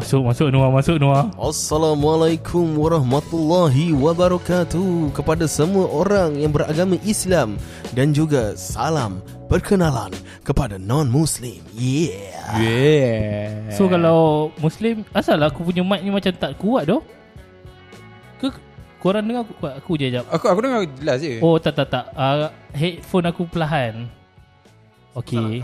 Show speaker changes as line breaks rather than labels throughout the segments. Masuk, masuk Noah, masuk Noah.
Assalamualaikum warahmatullahi wabarakatuh kepada semua orang yang beragama Islam dan juga salam perkenalan kepada non-Muslim. Yeah.
Yeah.
So kalau Muslim, asal aku punya mic ni macam tak kuat doh. Ke korang dengar aku kuat? Aku je jap.
aku aku dengar jelas je.
Oh tak tak tak. Uh, headphone aku perlahan. Okey.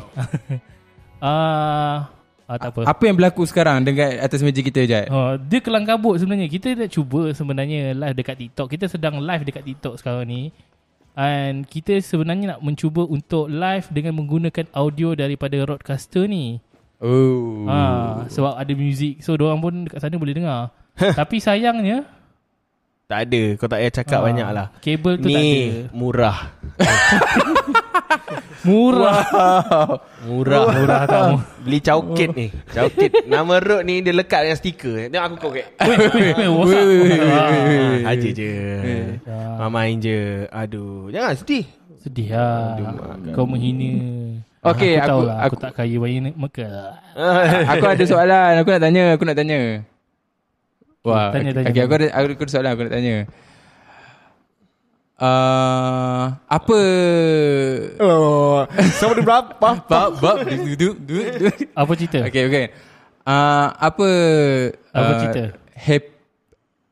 Ah, ah tak apa.
Apa yang berlaku sekarang dekat atas meja kita je?
Oh, dia kelang kabut sebenarnya. Kita dah cuba sebenarnya live dekat TikTok. Kita sedang live dekat TikTok sekarang ni. And kita sebenarnya nak mencuba untuk live dengan menggunakan audio daripada roadcaster ni.
Oh.
Ha, sebab ada music. So diorang pun dekat sana boleh dengar. Tapi sayangnya
Tak ada, kau tak payah cakap
ah,
banyak lah.
Kabel tu tak ada.
Ni murah.
Murah.
Murah,
Murah kamu.
Beli caukit ni. Caukit. Nama road ni dia lekat dengan stiker. Tengok aku kokek.
Wait, wait, wait, what's up?
Ah, Haji je.
Eh.
Mamain je. Aduh, jangan sedih.
Sedih lah Kau menghina
Okey,
aku, tahu
aku-
lah, aku,
aku-
tak kaya bayar ni- lah. Mekah
aku ada soalan, aku nak tanya, aku nak tanya.
Tanya,
Wah, tanya,
tanya.
tanya. Okay, aku ada aku ada soalan aku nak tanya. Uh, apa
Oh, sama dia berapa?
bab bab du du du. du.
Apa cerita?
Okey, okey. Uh, apa
Ya.
ah,
Apa cerita?
Hap,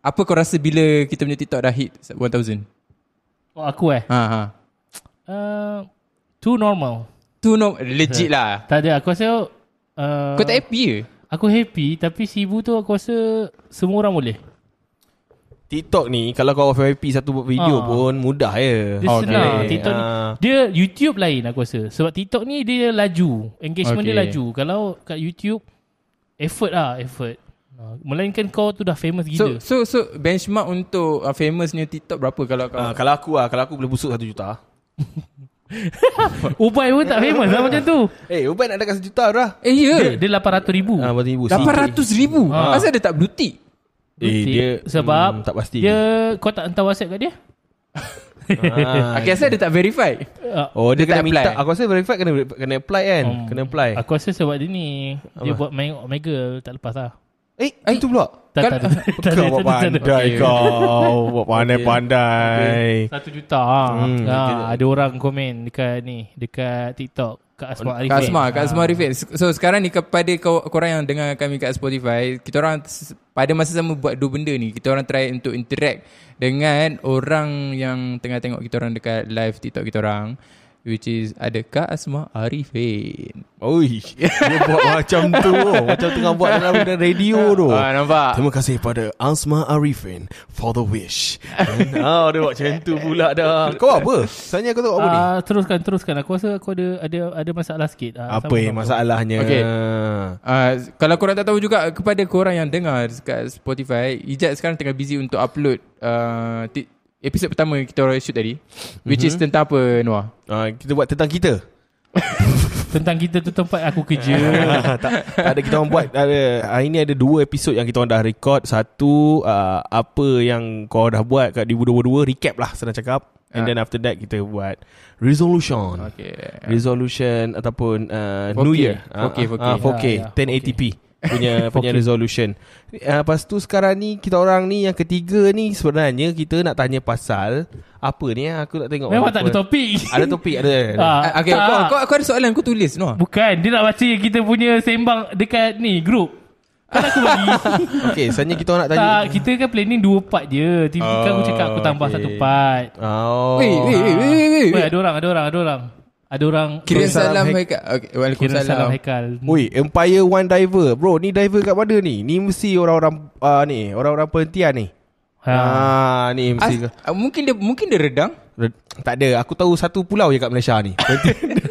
apa kau rasa bila kita punya TikTok dah hit 1000?
Oh, aku eh
Ha ha.
uh, Too normal
Tu no legit lah.
Tak ada Aku rasa uh,
Kau tak happy ke?
Aku happy Tapi Sibu tu aku rasa Semua orang boleh
TikTok ni kalau kau FYP satu video
Ah.
pun mudah ya.
Dia
Oh,
okay. senang
boleh.
TikTok ni
Ah.
Dia YouTube lain aku rasa Sebab TikTok ni dia laju Engagement okay. dia
Okey.
laju Kalau kat YouTube Effort lah effort Ah, Melainkan kau tu dah famous gila
So so so benchmark untuk uh, famousnya TikTok berapa kalau kau?
Ah, kalau aku lah, kalau aku boleh busuk satu juta.
Ubay Oh, pun tak famous lah macam tu
Eh, hey, Ubat nak dekat sejuta dah.
eh ya.
Dia, dia 800 ribu
Ah, berarti ibu.
Lapan ratus ribu
Ha.
Asal dia tak blue tick
Eh,
Betul.
dia
sebab
hmm, tak pasti.
Dia kau tak hantar WhatsApp kat dia?
Ah,
Okay asal dia tak verify
Uh,
Oh, dia,
Dia
kena
tak
minta.
apply.
Aku rasa verified kena kena apply kan.
Hmm.
Kena apply.
aku rasa sebab dia ni dia
Apa?
buat main Omega tak lepas lah.
Eh, itu pula.
Tak tak
Kan-
tak. tak ada, tak ada,
Kau buat
tak ada.
pandai
Okey.
kau. Buat pandai-pandai.
Satu juta ha.
Hmm,
ha
okey.
ada orang komen dekat ni dekat TikTok Kak Asma Arifin.
Kak Asma Kak Asma Arifin So sekarang ni kepada kau, korang yang dengar kami kat Spotify Kita orang s- pada masa sama buat dua benda ni Kita orang try untuk interact Dengan orang yang tengah tengok kita orang dekat live TikTok kita orang Which is ada Kak Asma Arifin
Oi, dia buat macam tu. Macam tengah buat dalam radio tu.
Ah, nampak?
Terima kasih pada Asma Arifin for the wish. oh, dia buat macam tu pula dah. Kau apa? Tanya kau tahu apa ni?
Ah, teruskan teruskan aku rasa aku ada ada ada masalah sikit. Ah,
Apa
sama,
yang
sama.
masalahnya?
Okey. Uh, kalau korang tak tahu juga kepada korang yang dengar dekat Spotify, Ijat sekarang tengah busy untuk upload uh, ti- episod pertama kita orang shoot tadi, which is tentang apa Noah?
Ah, kita buat tentang kita.
Tentang kita tu tempat aku kerja.
tak, tak ada kita orang buat ada, Hari ni ada dua episod yang kita orang dah record Satu uh, Apa yang kau dah buat kat 2022 Recap lah senang cakap And
Ah.
then after that kita buat Resolution
Okay.
Resolution ataupun uh,
4K.
New Year
4K,
Ah, ah,
4K.
4K,
Ya, ya,
1080p punya punya
4K.
resolution. Uh, lepas tu sekarang ni kita orang ni yang ketiga ni sebenarnya kita nak tanya pasal apa ni ah? aku nak tengok.
Memang
Apa-
tak ada topik. Ah,
Ada topik ada.
Uh, okay, kau, kau, kau ada soalan kau tulis Noah.
Bukan, dia nak baca kita punya sembang dekat ni grup. Kan aku bagi.
Okey, sebenarnya kita orang nak tanya.
Tak, kita kan planning dua part je. Tiba-tiba aku cakap aku tambah
okay.
satu part.
Oh.
Wei, wei, wei, wei, wei,
Weh,
wei.
ada orang, ada orang, ada orang. Ada orang.
Kirim
Waalaikumsalam,
salam Haikal.
Kira
Okay,
salam
Waalaikumsalam.
Haikal.
Woi, Empire One Diver. Bro, ni diver kat mana ni? Ni mesti orang-orang uh, ni, orang-orang penghentian ni. Ha,
Ha.
ni
As,
mesti.
ah, mungkin dia mungkin dia redang.
Red- tak ada, aku tahu satu pulau je kat Malaysia ni.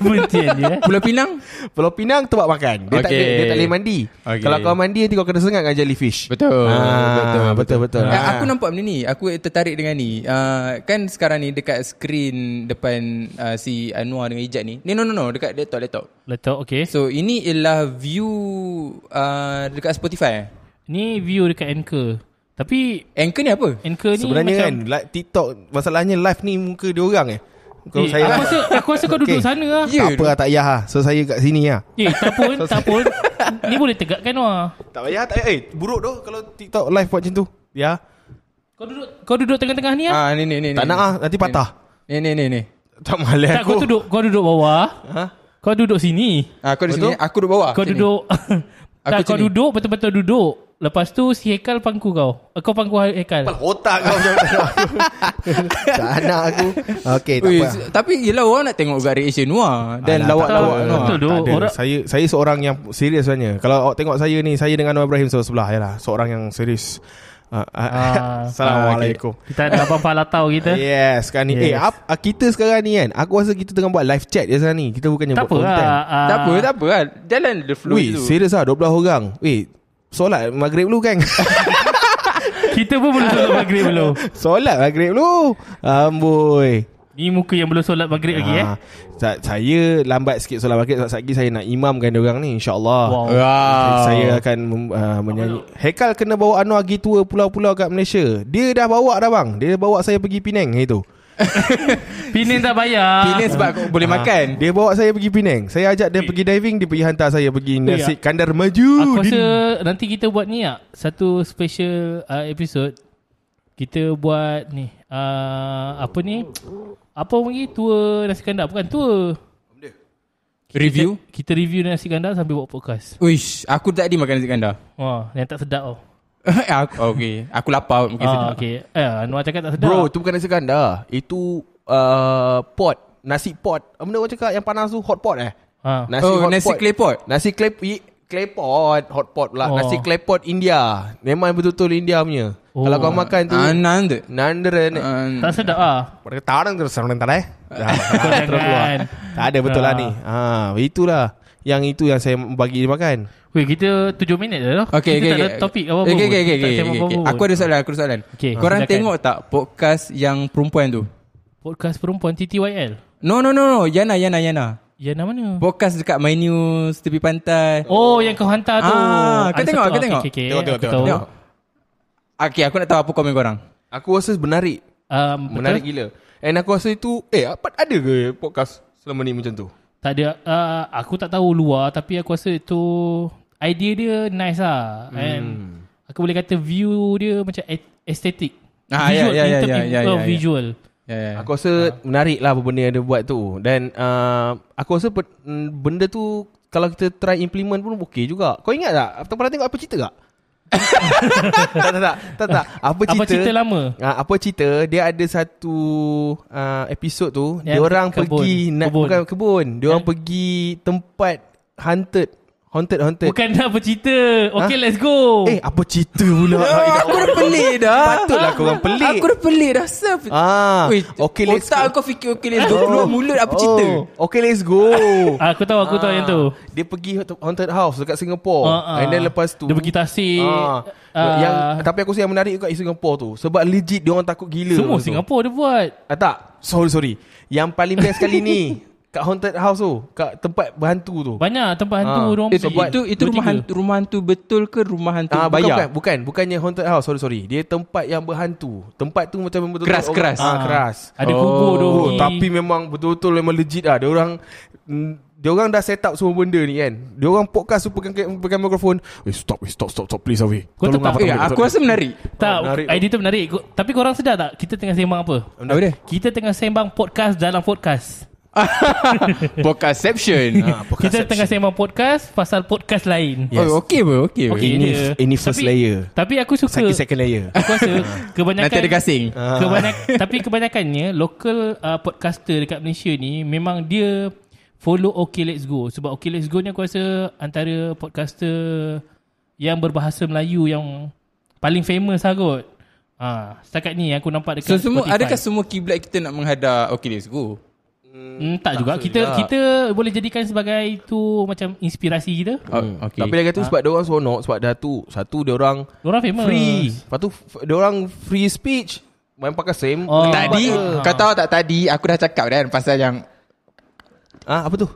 Bentian dia. eh.
Pulau Pinang.
Pulau Pinang tempat makan. Dia tak
Okay.
ada, dia tak boleh mandi.
Okay.
Kalau kau mandi nanti kau kena sengat dengan jellyfish.
Betul.
Ah, betul, betul.
Ah,
Ah.
Aku nampak benda ni. Aku tertarik dengan ni. Ah, kan sekarang ni dekat skrin depan ah, si Anwar dengan Ijat ni. Ni no no no dekat laptop laptop.
Letak, okay.
So ini ialah view ah, dekat Spotify. eh?
Ni view dekat Anchor. Tapi
Anchor ni apa?
Anchor ni
Sebenarnya
macam...
kan like, TikTok masalahnya live ni muka dia orang eh. Kalau
eh,
saya
aku rasa aku rasa kau duduk
Okay.
sana lah.
tak apa lah, tak payah lah. So saya kat sini lah.
Eh, tak pun, tak pun. Ni boleh tegakkan wah.
Tak payah, tak payah. Eh, buruk doh kalau TikTok live buat macam tu. Ya.
Kau duduk kau duduk tengah-tengah ni ah.
Ah ni ni ni.
Tak
ni.
nak ah, nanti patah.
Ni ni ni ni.
Tak malas
Tak
aku.
kau duduk kau duduk bawah.
Ha?
Kau duduk sini.
Ah kau di
Betul?
sini, aku duduk bawah.
Kau
sini.
duduk
Aku
Tak kau
sini.
duduk betul-betul duduk. Lepas tu si Hekal pangku kau. Eh, Kau pangku Hekal.
Kepala otak kau macam
tak nak aku. Okey, tak
Ui,
apa.
Eh, tapi yelah orang nak tengok juga reaction Noah dan
Alah,
lawak-lawak
tak tahu.
Noah.
Betul tu,
Tak ada.
orang-
Saya saya seorang yang serius sebenarnya. Kalau awak tengok saya ni, saya dengan Noah Ibrahim sebelah sebelah yalah, seorang yang serius. Ah, ah,
Ah,
Assalamualaikum.
Kita ada abang Falatau kita.
Yes, sekarang ni. Eh,
Yes.
ap, ah, kita sekarang ni kan, aku rasa kita tengah buat live chat je sekarang ni. Kita bukannya
Tak apa
buat
lah. ah.
Tak apa, tak apa lah. Jalan the flow
Weh,
tu.
serius lah 12 orang. Weh, solat maghrib lu kan?
Kita pun belum solat maghrib belum.
solat maghrib lu. Amboi.
Ni muka yang belum solat maghrib lagi eh.
Ah, sa- saya lambat sikit solat maghrib Sebab lagi saya nak imamkan dia orang ni InsyaAllah
Oh.
Wow.
Saya- Saya akan mem, uh, menyanyi Hekal kena bawa Anwar pergi tua pulau-pulau kat Malaysia Dia dah bawa dah bang Dia bawa saya pergi Penang hari tu
Pinin tak bayar.
Pilih sebab kau boleh
Ah,
makan.
Dia bawa saya pergi Penang Saya ajak dia
Weh.
pergi diving Dia pergi hantar saya pergi
Weh,
nasi kandar maju
ah. Aku
Dia-
rasa nanti kita buat ni lah Satu special uh, episode Kita buat ni uh, Apa ni Apa orang panggil Tour nasi kandar Bukan tour
Review.
Kita review nasi kandar sambil buat podcast
Uish, aku tadi makan nasi kandar.
Wah yang tak sedap tau
aku oh, okey. Aku lapar mungkin
Ah,
sedap.
okay. Eh, Anwar cakap tak sedap
Bro, tu bukan nasi kandar. Itu uh, pot. Nasi pot. Apa benda orang cakap yang panas tu hot pot eh?
ha.
Nasi
Oh,
hot
nasi
pot.
clay pot.
Nasi clay i- clay pot, hot pot
Oh.
pula. Oh. Nasi clay pot India. Memang betul-betul India punya.
Oh.
Oh. Kalau kau makan
Ah,
tu An-
Anand.
nandren.
An-
Tak sedap ah.
Perkataan terus orang tak eh.
Kau
ah.
jangan
Tak ada betul lah ni. Ha, itulah. Yang itu yang saya bagi dia makan.
Weh kita 7 minit dah tau Kita tak
Okey, okey, okey.
ada topik apa-apa
Okey,
pun.
okey, okey,
Kita tak
okey,
sembang
okey,
apa-apa
okey.
pun.
Aku ada soalan, aku ada soalan.
Okey,
Korang
silakan.
tengok tak podcast yang perempuan tu?
Podcast perempuan TTYL
No, no, no, no. Yana, Yana, Yana.
Yang nama mana?
Podcast dekat My News, tepi pantai.
Oh yang kau hantar tu
Ah, kau
Ada
tengok,
satu-
kau tengok.
okey, okey,
Tengok,
aku
tengok,
tahu.
tengok,
Tengok. Okey, aku nak tahu apa komen korang.
Aku rasa menarik.
Um, betul?
Menarik gila. And aku rasa itu, eh, apa ada ke podcast selama ni macam tu?
Tak ada uh, Aku tak tahu luar Tapi aku rasa itu Idea dia nice lah
Hmm.
And Aku boleh kata view dia macam a- estetik
Ah,
visual,
ya, ya, ya,
in term-
ya, ya,
in- oh,
ya, ya.
Visual
Ya, ya.
Aku rasa menarik lah apa benda yang dia buat tu Dan uh, aku rasa pe- mm, benda tu Kalau kita try implement pun okey juga Kau ingat tak? Aku pernah tengok apa cerita tak? tak, tak, tak, tak, tak. Apa cerita,
Apa cerita lama
Ah, apa cerita Dia ada satu uh, episod tu
Yang
Dia orang
kebun.
pergi nak,
Kebun.
Bukan kebun Dia orang pergi tempat Haunted Haunted, haunted
Bukan apa cerita Okay let's go
Eh apa cerita pula
aku dah pelik dah.
Patutlah korang pelik.
Aku dah pelik dah. Saf.
Ah,
Weh,
okay, let's
otak
go.
aku fikir okay let's go. Keluar mulut apa cerita?
oh, Okay let's go
Aku tahu aku tahu
Ah,
yang tu
Dia pergi haunt- haunted house dekat Singapore.
Ah, ah.
Oh, And then lepas tu
Dia pergi tasik
Ah,
Ah,
yang tapi aku rasa yang menarik juga is Singapore tu sebab legit dia orang takut gila.
Semua
tu.
Singapura dia buat
Ah, tak. Sorry sorry. Yang paling best kali ni kat haunted house tu, kat tempat berhantu tu.
Banyak tempat hantu
Ah,
orang
Itu,
pergi.
Eh, itu, itu
Dua,
rumah
tiga.
hantu, rumah hantu betul ke rumah hantu
Ah,
bukan,
bayar. Bukan,
bukan.
bukan, bukannya haunted house. Sorry sorry. Dia tempat yang berhantu. Tempat tu macam betul-betul
Keras,
orang-
keras.
Ah, keras.
Ada kubur dia
Oh,
pergi.
tapi memang betul-betul memang legit lah. Dia orang mm, dia orang dah set up semua benda ni kan. Dia orang podcast tu pegang pegang mikrofon. Eh stop, eh, stop, stop, stop please Afi.
Kau tahu
Tolong lah,
tak?
tolong
Eh,
lah,
aku
tolong.
rasa menarik.
Tak,
menarik
idea tu menarik. Ko- Tapi korang sedar tak kita tengah sembang apa?
Apa dia?
Kita tengah sembang podcast dalam podcast.
Podcastception.
Ah, podcast
Kita
section.
tengah sembang podcast pasal podcast lain.
Yes.
Oh, okey apa? Okey apa?
Okey
Ini-
dia.
ini first
tapi,
layer.
Tapi aku suka
Second, second layer.
aku rasa kebanyakan
Nanti ada gasing.
Kebanyak, tapi kebanyakannya local uh, podcaster dekat Malaysia ni memang dia follow OK Let's Go sebab OK Let's Go ni aku rasa antara podcaster yang berbahasa Melayu yang paling famous lah kot. Ha, setakat ni aku nampak dekat
So semua
Spotify.
adakah semua kiblat kita nak menghadap Okay let's go
Hmm, tak, juga. Kita
juga.
kita boleh jadikan sebagai tu macam inspirasi kita.
hmm. okay.
Tapi lagi tu
Ah.
sebab dia orang seronok sebab dah tu satu dia orang
Orang famous.
free. Lepas tu f- dia orang free speech. Main pakai same.
Oh.
Tadi
Ah.
Kau tahu tak tadi Aku dah cakap kan Pasal yang
Ah, apa tu?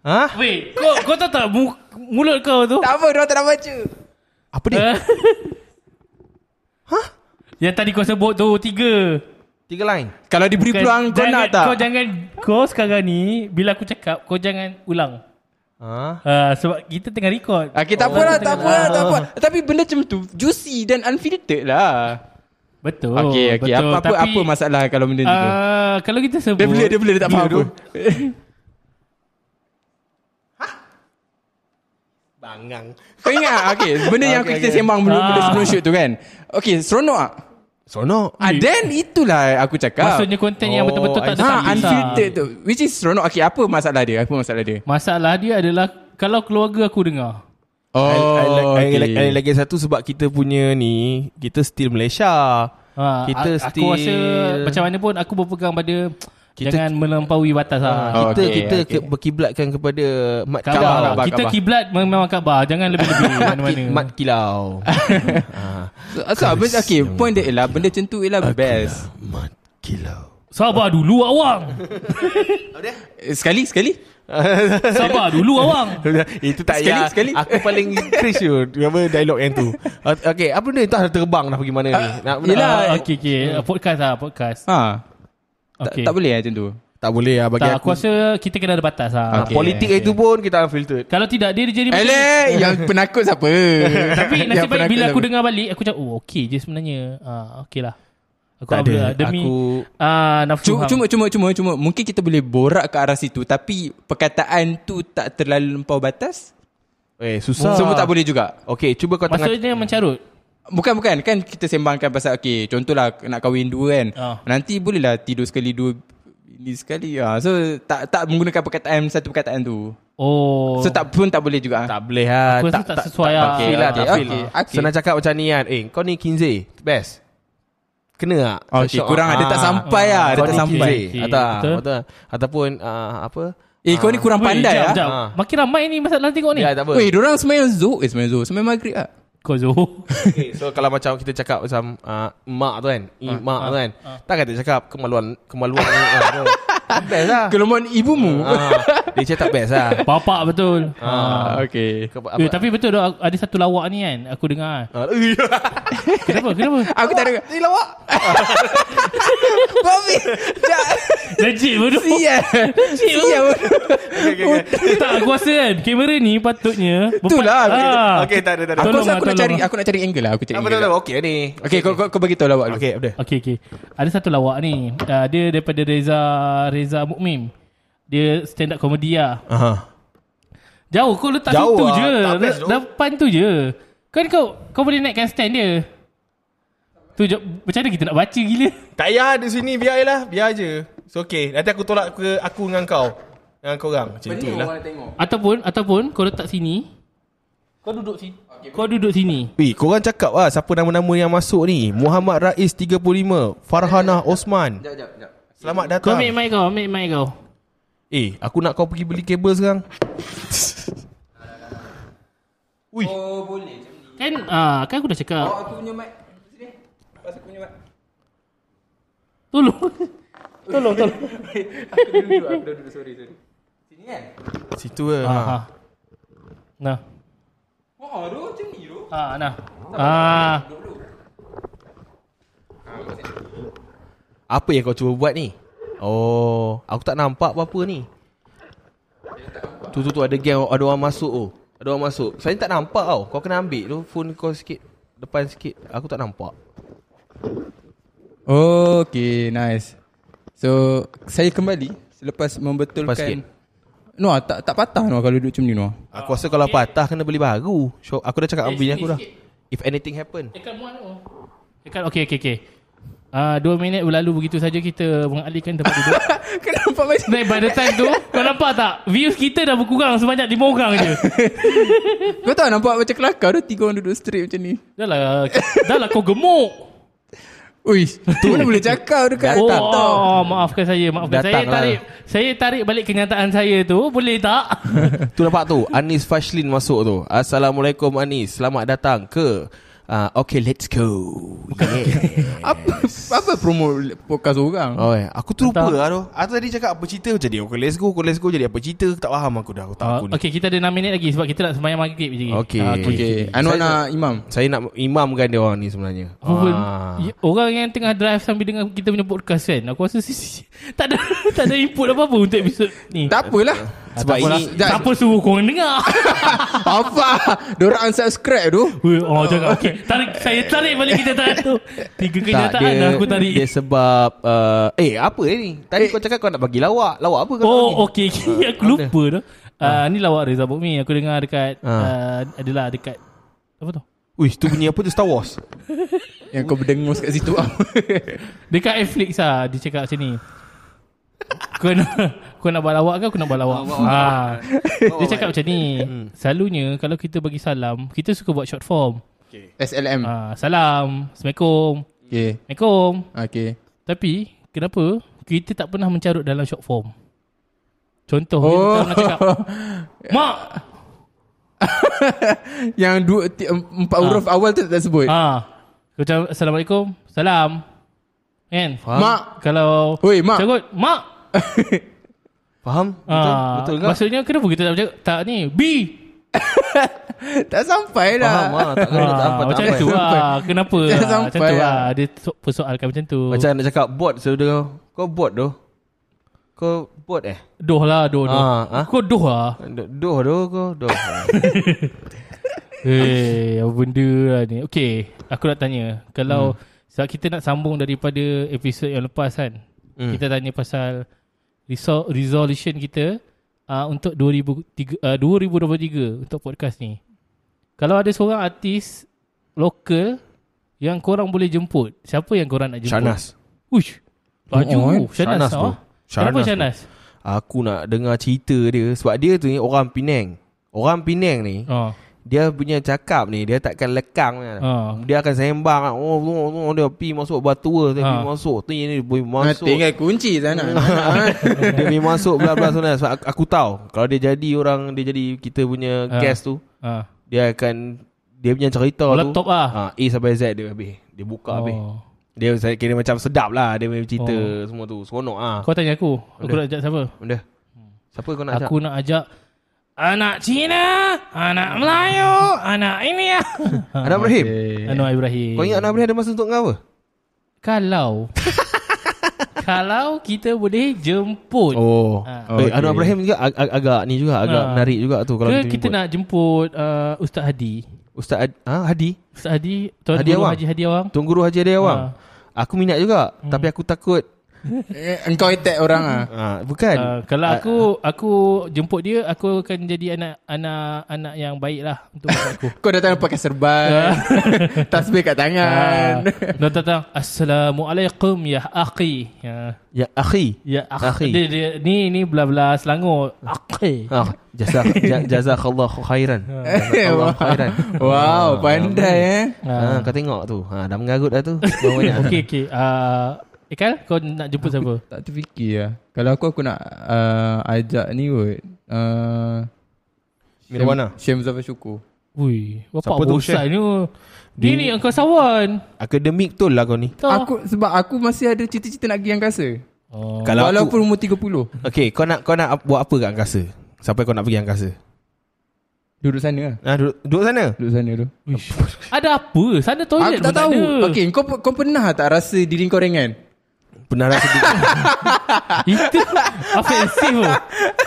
Ah?
Wait, kau kau tahu tak mu, mulut kau tu?
Tak apa Diorang tak nak baca
Eh.
Apa dia?
Hah? Yang tadi kau sebut tu tiga.
Tiga line
Kalau diberi
Bukan,
peluang kau
jangan-
nak tak?
Kau jangan Kau sekarang ni Bila aku cakap Kau jangan ulang
ha?
uh, Sebab kita tengah record
Okay, Ah, tak apalah,
Oh,
tak apalah, tak apa. Tapi benda macam tu juicy dan unfiltered lah.
Betul
okay, okay.
betul.
Apa apa,
Tapi,
apa masalah kalau benda ni tu?
uh, Kalau kita sebut
Dia blur, dia blur, dia tak faham apa.
Bangang
Kau ingat tak? Okay, benda yang
Okay,
kita
okay.
sembang belum benda
Ah.
sebelum shoot tu kan. Okay, seronok tak?
Seronok
Ah, then itulah aku cakap.
Maksudnya konten yang
Oh,
betul-betul tak ada
ha,
tak kisah.
unfiltered tu. Which is seronok. Okay, apa masalah dia? Apa masalah dia?
Masalah dia adalah Kalau keluarga aku dengar
Oh,
I, I, like- I,
okay.
like- I, like lagi satu sebab kita punya ni Kita still Malaysia
Ha,
Kita
a-
still
Aku rasa Macam mana pun Aku berpegang pada
Kita-
Jangan melampaui batas lah
Oh,
Kita
okay,
kita
okay.
ke, berkiblatkan kepada Mat
Kabar,
Kilau.
lah. Kita
khabar.
kiblat memang kabar Jangan lebih-lebih
Mat,
Mana-mana
ki- mat Kilau
So, so benda, okay, point dia ialah benda macam tu ialah best.
Mat Kilau
Sabar dulu awang
Eh, Sekali, sekali.
Sabar dulu awang
Itu tak
Sekali,
payah
sekali.
Aku paling cringe tu Apa dialog yang tu Okay Apa benda Entah dah terbang dah pergi mana ni nak, nak,
yelah.
Ah, Okay okay Podcast lah podcast
Ha.
Okay
Okay. Tak boleh lah macam tu.
Tak boleh lah bagi
tak, aku
aku,
rasa kita kena ada batas lah.
Okay.
Politik itu pun Kita unfiltered
Kalau tidak dia, dia jadi
Ah, Elek, yang penakut siapa?
Tapi
Yang
nasib baik
penakut
bila aku
siapa?
dengar balik aku cakap oh okey je sebenarnya. Ah okey lah. Aku tak
Tak
ada
ada.
demi
Aku-
ah nafsu.
Cuma,
hang.
cuma, cuma, cuma, cuma, mungkin kita boleh borak ke arah situ. Tapi perkataan tu tak terlalu lampau batas.
Eh
So,
susah
Semua tak boleh juga.
Okay cuba kau tengah
maksudnya mencarut.
Bukan, bukan. Kan kita sembangkan pasal, okay, contohlah nak kahwin dua kan.
Ah.
Nanti bolehlah tidur sekali, dua ini sekali. Ha. So, tak tak menggunakan perkataan, satu perkataan tu.
Oh.
So, tak pun tak boleh juga.
Tak boleh lah
Aku rasa tak sesuai
tak,
lah.
Tak feel lah
Okay,
Tak
okay,
feel
okay.
Senang cakap macam ni kan Eh kau ni Kinze Best Kena tak
Okay,
Shock
kurang
ah.
ada tak sampai lah.
Ah,
Ada
Kau
tak
ni
sampai.
Kinze
Okey,
Atau
betul.
betul. Ataupun ah, Apa
Eh, kau ni kurang
Weh,
pandai
jap,
lah.
jap.
Ah.
Makin ramai ni masalah tengok ni.
Ya tak apa
Weh, diorang semayang Zuhur. Eh, semayang Zuhur. Semayang Maghrib lah.
Kau Zoh.
Okay, so kalau macam kita cakap macam uh, mak tu kan,
Ah,
uh, mak tu kan. Takkan tak cakap kemaluan kemaluan ni. ah, tu. best lah.
Kelemahan ibumu.
Ah, dia cakap tak best lah.
Bapak betul.
Ha.
Ah.
Ah, okay.
Ke,
Eh, tapi betul dah ada satu lawak ni kan aku dengar.
Ah, eh,
Kenapa? Kenapa?
Aku tak dengar.
Ni lawak.
Bobby. Jap.
Legit bodoh.
Sial. Sial.
tak aku rasa kan kamera ni patutnya
Itulah.
Ah.
Okey, tak ada, tak ada.
lah. Aku
Tolong
rasa
lah,
aku nak
tolong
cari
lah.
aku nak cari angle lah. Aku cari
Apa
angle.
tak
lah.
tahu. Okey ni.
Okay, kau kau kau bagi tahu lah lawak lu.
Okey, ada.
Okey okey. Ada satu lawak ni. Uh, dia daripada Reza Reza Mukmin. Dia stand up comedy lah.
Aha.
Jauh kau letak
Jauh
situ
lah,
je.
tak best
Le-
tu.
Depan tu je. Kan kau kau boleh naikkan stand dia. Tu jap, macam mana kita nak baca gila.
Tak payah di sini biar je lah, biar je. So okey, nanti aku tolak ke aku dengan kau. Dengan kau orang. Macam tu lah.
tengok.
Ataupun ataupun kau letak sini. Kau duduk sini. Kau duduk sini.
Weh, korang cakap lah siapa nama-nama yang masuk ni. Muhammad Rais 35, Farhanah Osman.
Jap jap jap.
Selamat
Kau
datang.
ambil mic kau, ambil mic kau.
Eh, aku nak kau pergi beli kabel sekarang. Ui,
Oh, boleh macam ni.
Kan ah kan aku dah cakap.
aku punya mic. Sini. Pas aku punya mic.
Tolong. tolong tolong.
Aku duduk, aku duduk. Sorry, sorry. Sini kan?
situ lah.
Ah, ah. Nah.
Oh, aduh macam ni tu.
Ah nah. Ah.
Apa yang kau cuba buat ni? Oh, aku tak nampak apa-apa ni. Tu tu tu ada game ada orang masuk oh. Ada orang masuk. Saya tak nampak tau. Kau kena ambil tu phone kau sikit depan sikit. Aku tak nampak.
Okay, nice. So, saya kembali selepas membetulkan.
sikit.
No, tak tak patah no kalau duduk macam ni no.
Aku rasa kalau patah kena beli baru. Syok, aku dah cakap
Eh,
dengan bini
sikit,
aku dah.
sikit.
If anything happen.
Dekat muat tu. Dekat okey okey okey. Ah uh, 2 minit berlalu begitu saja kita mengalihkan tempat duduk.
Kenapa macam
Then by the time tu kau nampak tak views kita dah berkurang sebanyak 5 orang je.
Kau tahu nampak macam kelakar tu tiga orang duduk straight macam ni.
Dah lah dah lah kau gemuk.
Ui, tu mana boleh cakap dekat
Oh,
tak tahu.
oh, maafkan saya, maafkan
Datang
saya
lah.
tarik saya tarik balik kenyataan saya tu. Boleh tak?
Eh, Tu nampak tu Anis Fashlin masuk tu Assalamualaikum Anis Selamat datang ke uh, Okay let's go Yeah
Apa apa promo podcast orang?
Oh, eh. Aku terlupa
Entah.
lah tu Aku tadi cakap apa cerita Jadi okay let's go okay, Let's go jadi apa cerita Aku tak faham aku dah Aku tak
Uh,
aku ni
okay, kita ada 6 minit lagi sebab kita nak sembahyang maghrib je.
Okey.
Ah,
Okey. Okay. Anu
Saya-
nak imam.
Saya nak imamkan dia orang ni sebenarnya
Google,
Ah.
y- Orang yang tengah drive sambil dengar kita punya podcast kan Aku rasa si- si- tak ada tak ada input apa-apa untuk episod ni
Tak apalah.
Sebab
Tak apalah.
ini
Siapa suruh korang dengar
Apa? Diorang unsubscribe tu.
Weh, Oh jangan okay. tarik, Saya tarik balik kenyataan tu Tiga
tak,
kenyataan
dia,
dah aku tarik
dia sebab uh, Eh apa eh ni Tadi kau cakap kau nak bagi lawak Lawak apa kau nak bagi
Oh okey okay. Aku lupa tu uh, Ni lawak Reza Bukmi Aku dengar dekat uh, Adalah dekat Apa tu
Wih tu bunyi apa tu Star Wars
Yang kau berdengus kat situ apa?
Dekat Netflix lah Dia cakap macam ni Kau nak Kau nak buat lawak ke Aku nak buat lawak ha. Dia cakap macam ni
Hmm.
Selalunya Kalau kita bagi salam Kita suka buat short form
SLM.
ha,
Hmm.
Salam Assalamualaikum
Okey.
Assalamualaikum
Okey.
Tapi Kenapa Kita tak pernah mencarut dalam short form Contoh oh.
Oh.
Kita pernah cakap Mak
Yang dua ti- empat huruf awal tu tak sebut.
ha. Kau Macam Assalamualaikum Salam Kan
Mak.
Kalau
Oi, mak.
Carut Mak
Faham? Betul,
Ah,
betul
betul,
ke?
Maksudnya kenapa kita tak cakap tak ni B.
tak sampai lah.
Faham lah Tak kena tak
Ah,
sampai tak
macam
sampai.
tu
Sampai.
lah. Kenapa?
Tak
lah, Macam
sampai
tu
lah.
lah. Dia so- persoalkan macam tu.
Macam nak cakap bot Sudah kau Kau bot tu Kau bot eh
doh lah, doh, doh.
Ah, ah.
Kau doh lah.
Do- Doh tu kau Doh Ah,
Eh, apa benda lah ni. Okay, aku nak tanya. Kalau sebab kita nak sambung daripada episod yang lepas kan.
Hmm.
Kita tanya pasal resol- resolution kita uh, untuk 2003, uh, 2023 untuk podcast ni. Kalau ada seorang artis lokal yang korang boleh jemput, siapa yang korang nak jemput?
Shanas
Uish. Laju.
Oh, eh.
Oh, Shanas.
Shanas, bro.
ah. Kenapa
Shanas, bro.
Shanas?
Aku nak dengar cerita dia Sebab dia tu ni orang Penang Orang Penang ni
Oh.
Dia punya cakap ni Dia takkan lekang punya.
Ah.
Dia akan sembang kan. Oh, oh, oh, dia pergi masuk Batua Dia
Ah.
pergi masuk Tu yang ni dia pergi
Ah,
masuk
tinggal kunci sana.
Dia pergi masuk bla bla sana Sebab aku, aku tahu Kalau dia jadi orang Dia jadi kita punya
Ah.
guest tu
Ah.
Dia akan Dia punya cerita tu
Laptop lah.
ha, A sampai Z dia habis Dia buka oh. habis
Oh.
Dia saya kira macam sedap lah Dia punya cerita
Oh.
Semua tu Seronok ah.
Kau tanya aku. Aku
Boleh.
nak ajak siapa?
Benda Siapa kau nak
Nak aku nak ajak anak Cina, anak Melayu, anak India.
ajak Anak Ibrahim
Anwar Ibrahim.
Kau ingat Anak Ibrahim ada masa untuk kau apa?
Kalau kalau kita boleh jemput. Oh.
Oh,
Ah.
oh okay. Anak Ibrahim juga ag- ag- agak ni juga Agak
Ah.
menarik juga tu Kalau
Ke
kita,
kita
jemput.
nak jemput uh, Ustaz Hadi.
Ustaz Ad- ha, Hadi
Ustaz Hadi, Tuan
Hadi
Guru
Awang.
Haji Hadi Awang.
Tuan Guru Haji
Ah.
Adewang Aku minat juga
Hmm.
Tapi aku takut
Eh, Engkau attack orang ah.
ha, Bukan
Uh, kalau aku aku jemput dia, aku akan jadi anak anak anak yang baik lah untuk buat aku.
Kau datang pakai serban Tasbih
Ah,
kat tangan
Dia datang Assalamualaikum ya akhi Ya
Ya akhi
Ya
Akhi.
akhi dia, dia, Ni ni bla bla Selangor Akhi
ah, jazak, ja- Jazakallahu khairan Ya, Jazakallahu khairan
Wow pandai eh
ha, Kau tengok tu ha, Dah mengarut dah tu Bawahnya.
Okay okay uh, Ikal kau nak jemput siapa
Tak terfikir lah Kalau aku aku nak uh, Ajak ni kot uh,
Mirwana
Syam Zafar Syukur
Ui Bapak
Siapa tu,
bosan
Syekh?
ni Dia ni yang kawan
Akademik tu lah kau ni
Tahu
Aku sebab aku masih ada cita-cita nak pergi angkasa
oh.
Kalau aku
Walaupun umur 30
Okay kau nak kau nak ap- buat apa kat angkasa Sampai kau nak pergi angkasa
Duduk sana lah
ha, duduk, duduk sana
Duduk sana tu
Uish. Ada apa Sana toilet
Aku tak
pun
tahu
ada.
Okay kau, kau pernah tak rasa diri kau ringan?
Pernah rasa dia-
Itu Offensif tu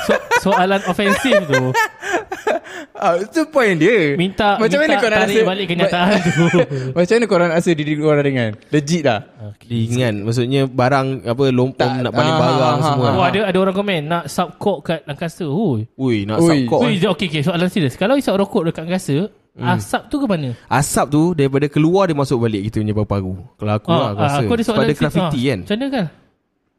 so- Soalan ofensif tu
Ah, itu point dia
Minta
Macam
minta
mana kau nak
tarik
rasa-
balik kenyataan tu
Macam mana korang rasa diri korang ringan? Legit lah
Ringan Maksudnya barang Apa lompom
Tak,
Nak balik
ah,
barang
ah,
semua
ah,
Oh, ada ada orang komen nak sub kok kat angkasa. Hui.
Ui nak
Ui.
sapkok
Ui, okey okey soalan serius. Kalau isap rokok dekat angkasa,
Hmm.
asap tu ke mana? Ah,
Asap tu Daripada keluar dia masuk balik Kita punya paru-paru Kalau aku
Ah,
lah aku
ah,
rasa
aku ada soalan
Sebab ada graffiti
serius. Ah,
kan
Macam mana kan?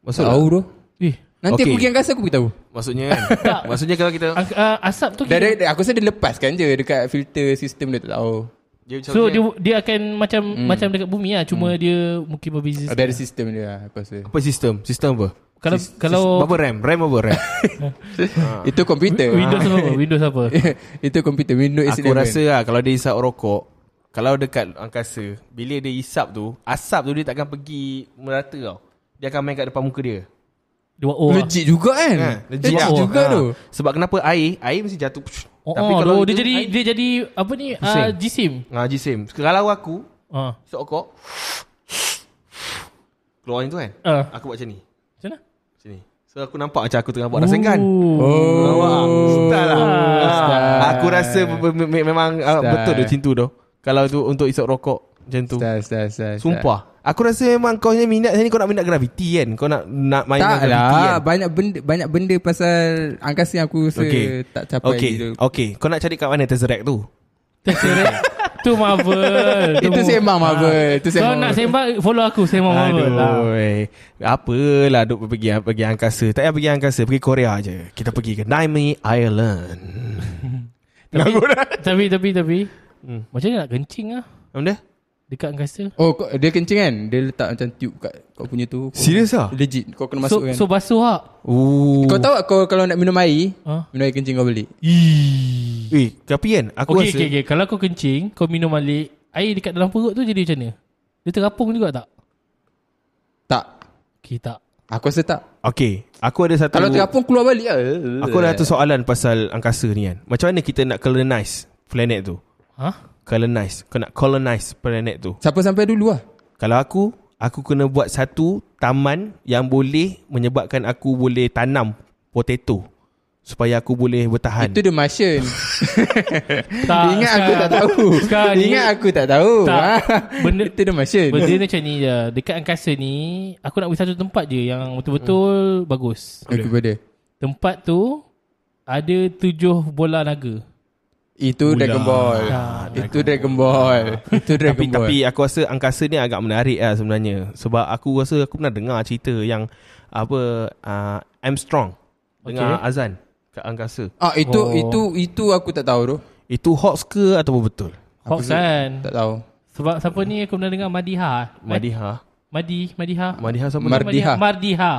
Masuk
Tahu
tak?
tu
Eh,
Nanti okay.
Okey.
aku pergi angkasa aku beritahu
Maksudnya kan Maksudnya kalau kita
ang- ah, asap tu
Dia,
kira,
dia, aku rasa dia lepaskan je dekat filter sistem dia tak tahu.
dia macam
so
macam-
dia dia akan macam
Hmm.
macam dekat bumi lah cuma dia mungkin berbeza.
Ada ada sistem dia lah, aku rasa.
Apa sistem? Sistem apa?
Kalau
Sis-
kalau
sis- Apa RAM? RAM apa RAM?
Ah. Itu komputer.
Windows apa? Windows apa?
Itu komputer Windows
kan? Aku rasa lah Kalau dia isap rokok Kalau dekat angkasa Bila dia hisap tu Asap tu dia takkan pergi Merata tau Dia akan main kat depan muka dia
Dua O lah.
Legit juga kan
Ha,
Legit,
lah.
juga
Ha,
tu
Sebab kenapa air Air mesti jatuh
Oh, oh, kalau dia
itu,
jadi
air,
dia jadi apa ni
Pusing.
uh, jisim.
ha, Jisim Kalau aku
Ah.
Sokok Keluar macam tu kan
Ah.
Aku buat macam ni
Macam mana?
Macam ni So aku nampak macam aku tengah buat rasa kan
Oh.
Oh, style lah. Ah,
style.
Aku rasa be- be- me- memang ah,
Style.
betul tu cintu tu. Kalau tu untuk isap rokok macam tu.
Style, style, style,
Sumpah. Aku rasa memang kau punya minat ni kau nak minat graviti kan. Kau nak nak main
Tak
dengan graviti
lah
kan.
Banyak benda Banyak benda pasal Angkasa yang aku rasa
Okey.
Tak capai
Okey.
gitu.
Okey. Kau nak cari kat mana Tesseract tu?
Tesseract. tu Marvel. Tu
Itu
mu-
sembang
Ah.
Marvel Itu
Kau
sembang
nak sembang follow aku sembang Marvel. lah.
Aduh. eh. Apalah duk pergi pergi angkasa. Tak payah pergi angkasa, pergi Korea je. Kita pergi ke Naimi Island.
Tapi, tapi tapi tapi macam mana nak kencing ah
Benda?
dekat angkasa?
Oh kau, dia kencing kan Dia letak macam tube kat Kau punya tu Kau-
Serius ah?
Legit Kau kena
So,
masukkan
so basuh ah.
Ooh.
Kau tahu tak kau kalau nak minum air
Ha?
Minum air kencing kau balik
Eh, tapi kan aku
Okey
rasa
okey okey. Kalau kau kencing, kau minum balik, air dekat dalam perut tu jadi macam mana? Dia terapung juga tak?
Tak
Okey tak.
Aku rasa tak
Okey, aku ada satu
Kalau terapung keluar balik lah
Aku ada satu soalan pasal angkasa ni kan. Macam mana kita nak colonize planet tu?
Ha?
Colonize. Kau nak colonize planet tu.
Siapa sampai dulu lah
Kalau aku, aku kena buat satu taman yang boleh menyebabkan aku boleh tanam potato supaya aku boleh bertahan.
Itu dia Martian
Tak.
Ingat aku tak tahu
Sekarang ni-
Ingat aku tak tahu
Tak.
Ha.
Benda-
Itu dia Martian
Benda dia macam ni je. Dekat angkasa ni, aku nak pergi satu tempat je yang
Hmm.
betul-betul bagus.
Aku pada
Tempat tu ada tujuh bola naga.
Itu Dragon Ball
Ah,
Itu Dragon Ball Itu Dragon
tapi,
Ball
tapi aku rasa angkasa ni agak menarik lah sebenarnya. Sebab aku rasa aku pernah dengar cerita yang apa uh, Armstrong dengan
Okey.
azan kat angkasa.
Ah itu
Oh.
itu itu aku tak tahu tu.
Itu hoax ke ataupun betul?
Hawks kan.
Tak tahu.
Sebab siapa ni aku pernah dengar Madiha.
Madiha.
Madi, Madiha.
Madiha siapa?
Mar- Mardiha.
Mardiha.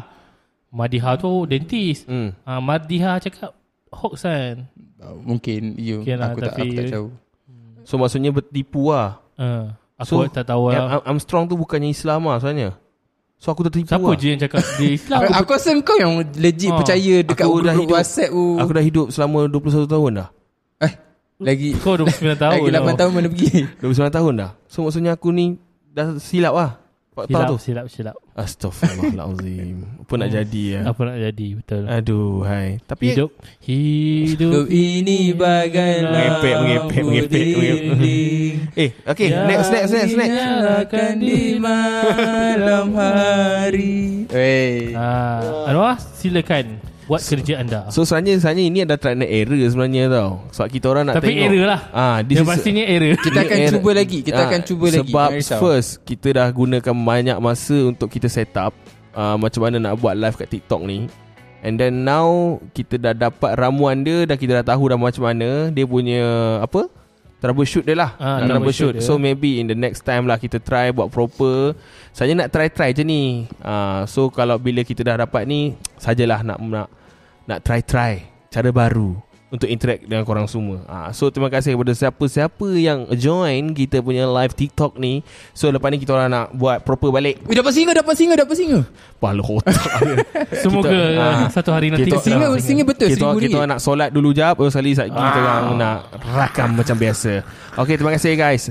Mardiha tu dentist.
Hmm.
Ah Mardiha cakap hoax kan.
Mungkin you
Mungkin lah,
aku tak
tapi-
aku tak tahu.
So maksudnya bertipu lah
Ah, aku
So,
tak tahu lah.
Am- Am- Armstrong tu bukannya Islam lah sebenarnya So aku tertipu
Siapa
lah
je yang cakap dia Islam?
Aku, aku rasa kau yang legit
Ah.
percaya dekat
Aku dah
grup
hidup.
WhatsApp tu.
Aku dah hidup selama 21 tahun dah
eh lagi
Kau 29 tahun.
Eh,
lagi 8
tau.
tahun mana pergi.
29 tahun dah So maksudnya aku ni Dah silap lah Fakta
Silap,
tu
silap, silap.
Astaghfirullahalazim Apa nak jadi lah
Apa nak jadi betul.
Eh, Aduh hai Tapi
Hidup Hidup
Hidup ini bagai
Mengepek, mengepek, mengepek, mengepek. Eh okay
Ya.
Next next next next
Nyalakan di malam hari. Wey.
Ah, Anwar silakan buat kerja anda.
So sebenarnya Sebenarnya ini ada trial and error sebenarnya tau Sebab kita orang nak
Tapi
tengok
error lah.
ah, this
Yang
is-
pastinya error.
Kita
Ini
akan
era-
cuba lagi. Kita
Ah,
akan cuba lagi.
Sebab
Jangan risau.
first Kita dah gunakan banyak masa Untuk kita set up uh, Macam mana nak buat live kat TikTok ni And then now Kita dah dapat ramuan dia Dan kita dah tahu dah macam mana Dia punya Apa Troubleshoot dia lah
Ah,
Nak
troubleshoot
Troubleshoot
dia.
So maybe in the next time lah Kita try buat proper Saya nak try-try je ni uh, So kalau bila kita dah dapat ni Sajalah nak Nak nak try-try Cara baru Untuk interact dengan korang semua uh, So terima kasih kepada siapa-siapa Yang join kita punya live TikTok ni So lepas ni kita orang nak Buat proper balik
Weh, dapat singa, dapat singa, dapat singa.
Pahala otak
Semoga
Kita-
ah,
ah,
satu hari nanti
kita-
kita-
Singa, singa betul
kita,
RM1,000.
kita orang nak solat dulu jap Baru sekali sekejap kita orang nak rakam macam biasa Okay terima kasih guys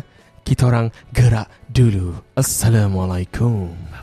Kita orang gerak dulu Assalamualaikum